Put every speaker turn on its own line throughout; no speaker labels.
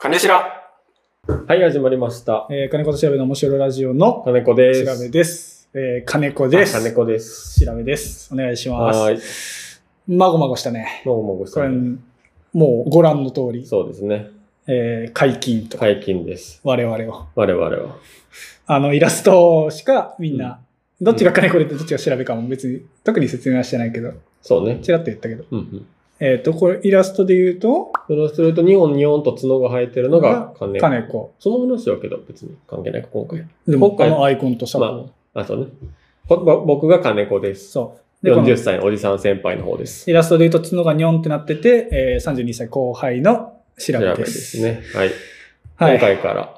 金白
はい、始まりました。
えー金子と調べの面白いラジオの
金子で
調
す。
べです。えー金子です。
あ金子です。
調べです。お願いします。
はーい。
まごまごしたね。
どうもご
こ
さ
れ、
ん。
もうご覧の通り、
そうですね。
えー解禁と、
解禁です。
我々を。
我々は。
あの、イラストしかみんな、どっち
う
が金子でどっちが調べかも別に、特に説明はしてないけど、
そうね。
ちらっと言ったけど。
うんうん。
えっ、と、これイラストで言うと、
そうすると、2本2本と角が生えてるのが金子。
金子。
その話はけど、別に関係ないか、今回。
でも、
今回
このアイコンとさ、
まああ、そうね。こぼ僕が金子です。
そう。で、この
40歳のおじさん先輩の方です。
イラストで言うと角がニョンってなってて、えー32歳後輩の調べです。
ですね。はい。
はい。
今回から、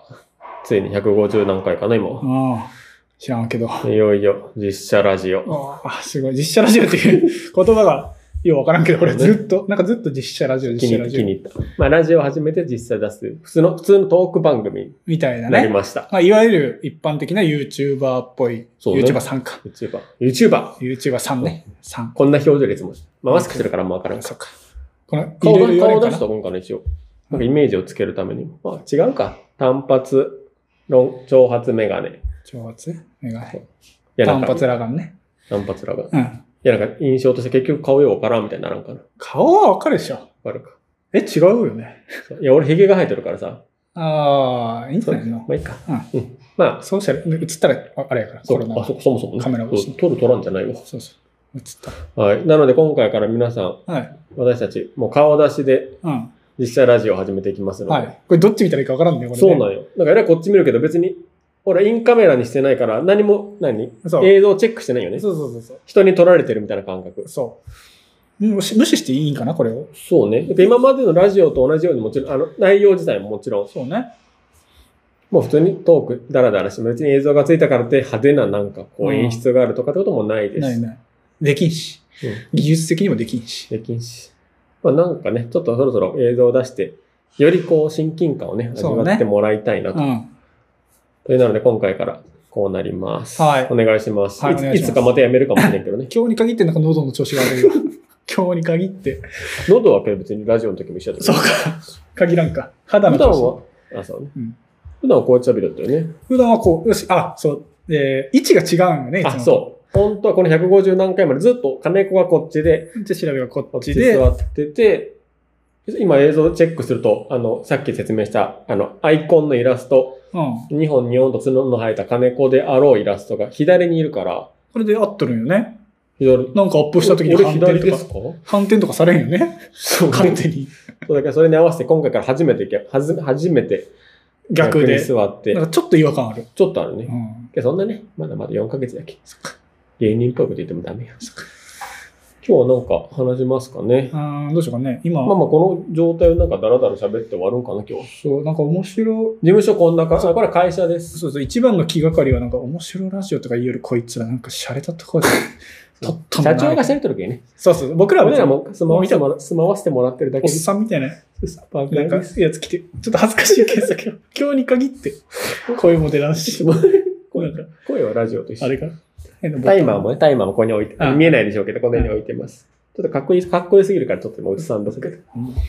ついに150何回かな、今。
ああ、知らんけど。あ
いよいよ、実写ラジオ。
あ、すごい。実写ラジオっていう言葉がようわからんけど、俺ずっと、なんかずっと実写ラジオ、
気
実
に入っ
写ラ
た、
ジ
気
オ
に入った。まあ、ラジオを始めて実写出す。普通の、普通のトーク番組
みたいな
になり
ね。
ました。
まあ、いわゆる一般的な YouTuber っぽい、
そうね
YouTuber さんか。
YouTuber。YouTuber!
YouTuber さんね。さん。
こんな表情でいつも。まあ、マスクしてるからあんまわからんか。
そっか。この、い
顔
ろいろ
出
言われ
顔
るか
出し
な
と。こんかな、一応。なんかイメージをつけるためにも。まあ、違うか。単発、論長髪メガネ。
挑発メガネ。
いや、な
単
んか
発ラガンね。
単発らが。い
うん。
や、なんか印象として結局顔ようわからんみたいにならんかな。わ
顔はわかるでしょ。
かるか。
え、違うよね。
そういや、俺髭が生えてるからさ。
ああ、いいんじ
そ
ゃ
う
ない
ま
の
あいいか。
う
うん。まあ、
ソーシャル、映ったら、ああれやから、
そ
コ
う
ロナ
あ。そそもそもね。
カメラ越し
そう撮る撮らんじゃないわ。
そうそう。映っ
はい。なので今回から皆さん、
た。はい。
私たち、もう顔出しで
うん。
実際ラジオを始めていきますので。
はい。これどっち見たらいいか分からんね、これね。
そうなんよ。だからえらいこっち見るけど別に、俺インカメラにしてないから何も、何
そう
映像チェックしてないよね。
そうそうそうそう。
人に撮られてるみたいな感覚。
そう。無視無視していいんかな、これを。
そうね。で今までのラジオと同じようにもちろん、あの、内容自体ももちろん、
そうね。
もう普通にトークダラダラしても別に映像がついたからって派手ななんかこ
う
うん演出があるとかってこともないです。
ないない。できんし。技術的にもできんし。
できんし。まあなんかね、ちょっとそろそろ映像を出して、よりこう親近感をね、味
そうね
わってもらいたいなと。
うん。
というなので今回からこうなります。
はい
お願いします。
はい
いつ
お願いし
い
ます。
つかまたやめるかもしれないけどね
今日に限ってなんか喉の調子が悪いよ。今日に限って。
喉は別にラジオの時も一緒だけ
そ
ど
うか。限らんか。肌の
普段
調子。
は、あ、そうね
うん。
普段はこうやって喋るんだよね。
普段はこう、よし、あ、そう。えー、位置が違うんよね、いつも。
あ、そう。本当はこの150何回までずっと金子がこっちで、
う。じゃあ調べがこ
こ
っ
っ
ち
ち
で。
座ってて、今映像チェックすると、あの、さっき説明した、あの、アイコンのイラスト、
うん。
2本2本と角の生えた金子であろうイラストが左にいるから、
これで合っとるんよね。
左。
なんかアップした時に
俺
反転
左
と
で
か
す。か
反転とかされんよね。
そう
勝手に。
そうだからそれに合わせて今回から初めてけ、はず初めて
逆
に
で。
座って
なん、かちょっと違和感ある。
ちょっとある
う
ね。
ん。
けどそんなね、まだまだ4ヶ月だけ。芸人っぽいこと言ってもダメや。今日はなんか話しますかね。
あーどうしようかね。今、
まあまあこの状態をなんかダラダラ喋って終わるんかな、今日。事
そう、なんか面白
務所こんな感じ。あこれは会社です。
そうそう、一番の気がかりはなんか面白ラジオとかいうよりこいつらなんか洒落たところで撮った
社
んだ
長が喋ってるけどね。
そうそう、僕らは
俺
別
ら
に
も住まわせてもら住まわせてもらってるだ
お
け
っ
です。
さんみたいな、
番
なん
組
か
です。
やつ来て、ちょっと恥ずかしいけど、今日に限って声も出ら んし、なんか、
声はラジオと一
あ
緒
れ。かな変なボタン
タイマーもね、タイマーもここに置いて、
あ
見えないでしょうけど、この辺に置いてます。ちょっとかっこいい、かっこよすぎるからちょっと今おじさんですけど。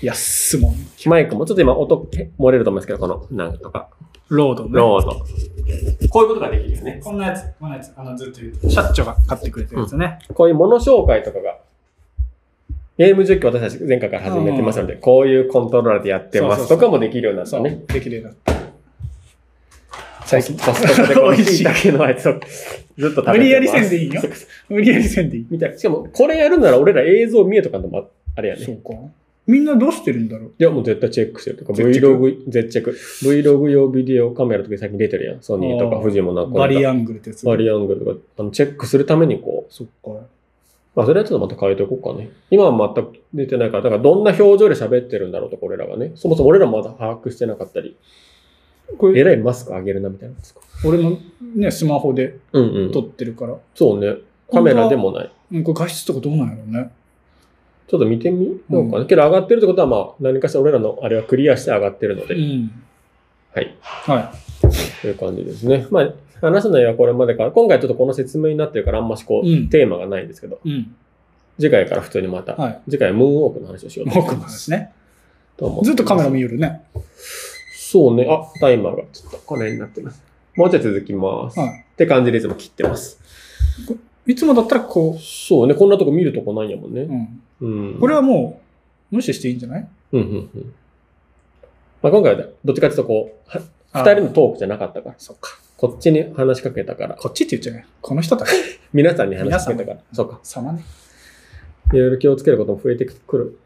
安もん。
マイクもちょっと今音漏れると思いますけど、この、なんとか、
ロードね
ロード。こういうことができるよね。
こんなやつ、こんなやつ、あの、ずっと言う。社長が買ってくれてるやつね。
こういうもの紹介とかが、ゲーム実況私たち前回から始めてますので、こういうコントローラーでやってます
そうそうそう
とかもできるようになった
そう
ね。
ね。できるようになった。最近、
コストコでこの
美味し
椎
い
茸のあいつをずっと食べてます
無理やりせんでいいよ無理やりせんでいい。
みたいな。しかも、これやるなら俺ら映像見えとかのもあれやね。
そうか。みんなどうしてるんだろう
いや、もう絶対チェックしてる。とか、
絶チェック
Vlog、絶チェック。Vlog 用ビデオカメラとか最近出てるやん。ソニーと
あ
か
ー
富士もなんか。
バリアングルってやつ。
バリアングルとか、あのチェックするためにこう、
そっか。
まあ、それはちょっとまた変えておこうかね。今は全く出てないから、だからどんな表情で喋ってるんだろうとか、俺らがね。そもそも俺らもまだ把握してなかったり、
こ
え
れ、
らいマスク上げるなみたいなんですか。
俺のね、スマホで
うんうん。
撮ってるから。
そうね。カメラでもない。
うん、これ画質とかどうなんやろうね。
ちょっと見てみようかな。
う
けど上がってるってことは、まあ、何かしら俺らのあれはクリアして上がってるので、
ん。
はい。
は
という感じですね。まあ、話す内容はこれまでから、今回ちょっとこの説明になってるから、あんましこう、
うん
テーマがないんですけど、
い。うん。
次回から普通にまた、
はい。
次回はムーンウォークの話をしようと
僕
思い
の
ます。
話ね。
どうも
ずっとカメラ見よるね。
そうね。あ、タイマーがちょっとこの辺になってます。もうちょい続きます。
はい
って感じでいつも切ってます。
いつもだったらこ
そうね。こんなとこ見るとこないんやもん
う、
ね。
うん、
うん。
これはもう無視していいんじゃない
うんうんうん。まあ、今回はどっちかというとこう、は
あ
二人のトークじゃなかったから。そっか。こっちに話しかけたから。
こっちって言っちゃうねこの人だけ
皆さんに話しかけたから。そうか。
様ね
いろいろ気をつけることも増えてくる。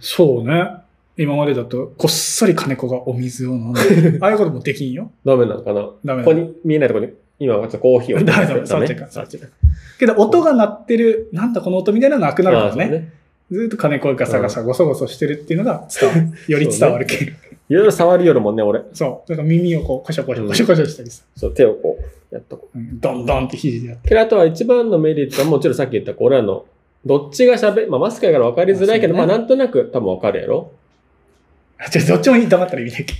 そうね今までだとこっそり金子がお水を飲ん でああいうこともできんよ
ダメなのかなこ
ダメだ
こに見えないところに、今はちょっとコーヒーを。
ダメダメ触っちゃいかん触っちゃいかんけど音が鳴ってるなんだこの音みたいなのなくなるか
ああ
ら
そう
ね
ね。
ずーっと金子がガサガサゴソゴソしてるっていうのが伝わるより伝わるけど
いろいろ触りよるもんね、俺。
そう。だから耳をこう、コシャコシャ、コシャコシャしたりさ、
そう、手をこう、やっとこ
うんドンドンって肘でやって。
う。けど、あとは一番のメリットは、もちろんさっき言った、こう俺らの、どっちが喋、まあ、マスクやから分かりづらいけど、
ま
ま
あ
あ、
そ
な
うね
んとなく多分分かるやろ
あじゃあどっちもいい黙ったら意味ないけ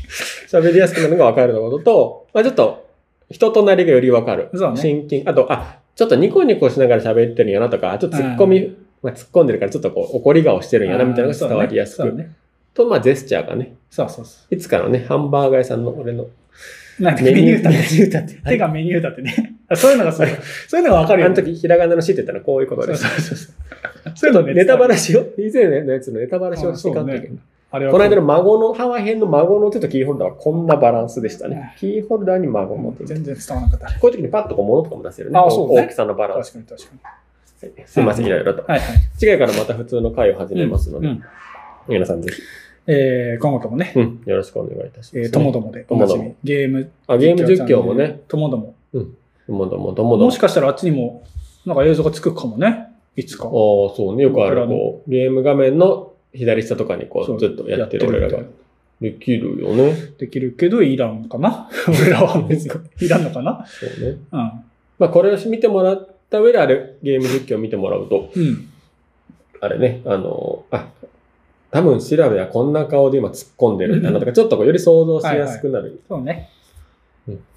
喋りやすくなるのが分かるのことと、まあ、ちょっと、人となりがより分かる。
そうね
親近。あと、あ、ちょっとニコニコしながら喋ってるんやなとか、ちょっと突っ込み、まあ、突っ込んでるから、ちょっとこう、怒り顔してる
ど。
んやな、みたいなのが伝わりやす
そう
く。
だね。
と、まあ、ジェスチャーがね、
そうそうそ
いつかのね、ハンバーガー屋さんの俺の、
う。なんかメ
メ
ニ
ニ
ュ
ュ
ー
ー
立て。メニュー立て。
はい
手がメニュー立てね。あそういうのがそれ、そういうのがわか
あ
るよ、
の
ね。
時、ひらがなの死って言ったらこういうこと
そ
で
う
す。
そうそうそう。そういうのね。
ネタバラシを、以前のやつのネタバラシをしていかんといけない。
あれは
この間
の
の孫の、ハワイ編の孫の手とキーホルダーはこんなバランスでしたね。キーホルダーに孫の手。
全然伝わらなかった。
こういう時にパッとこう物とかも出せるね。
あそうね
こ大きさのバランス。
確かに確かに。
すいません、いろいろと。
はいはい。
次回からまた普通の回を始めますの
う
で、
ん
皆さんぜひ、
えー今後ともね、
うんよろしくお願いいたし
え
ま
ー
す。
ともどもでおなじみ。ゲーム、
あ、ゲーム実況もね、。
ともども。
ともどもどもど
も
も。
しかしたらあっちにも、なんか映像がつくかもね。いつか
ああ。、そうね。よくある、こう、ゲーム画面の左下とかにこ
そう
う、ずっとやってる俺ら
みたい
が
な。
できるよね。
できるけど、いらんかな 俺らは別に。いらんのかな
そうね。
うん。
まあ、これを見てもらった上で、あれ、ゲーム実況を見てもらうと、
うん。
あれね、あの、あ、多分調べはこんな顔で今突っ込んでるんだなとか、ちょっとこうより想像しやすくなる。
そうね。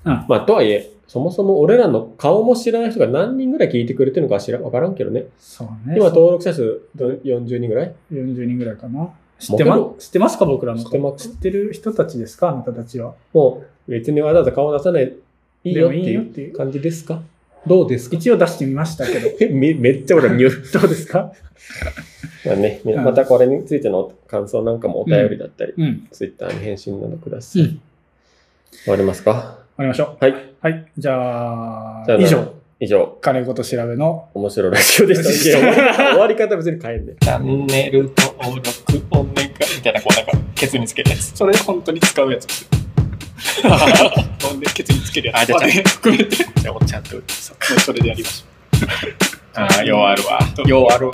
まあ、とはいえ、そもそも俺らの顔も知らない人が何人ぐらい聞いてくれてるのか知らわからんけどね。
そうね。
今登録者数ど40人ぐらい
40人ぐらいかな。知ってま
モ
知ってますか僕らの
知ってま
知ってる人たちですかあなたたちは。
もう別にわざわざ顔出さない、いいよって
でもいい
い
よっ
う
ていう
感じですかどうですか
一応出してみましたけど。
えめめっちゃ俺は見よる。
どうですか
まあね、み
うん
またこれについての感想なんかもお便りだったり、
うん。
ツイッターに返信などくださ
う
い。
ん。
終わりますか
わかりましょう。
はい。
はい。じゃあ、
さよなら
以上、
以上、
金子と調べの。
面白いラジオでした。い や終わり終わり方別に変えんね。
チャンネル登録お願い。みたいな、こうなんか、ケツにつけるやつ。それ本当に使うやつ。 ほんで、ケツにつけるやつ。あ、じゃあ、含めて。
じゃあ、おっちゃんと、
もうそれでやりましょう。
ああ、ようあるわ。ようあるわ。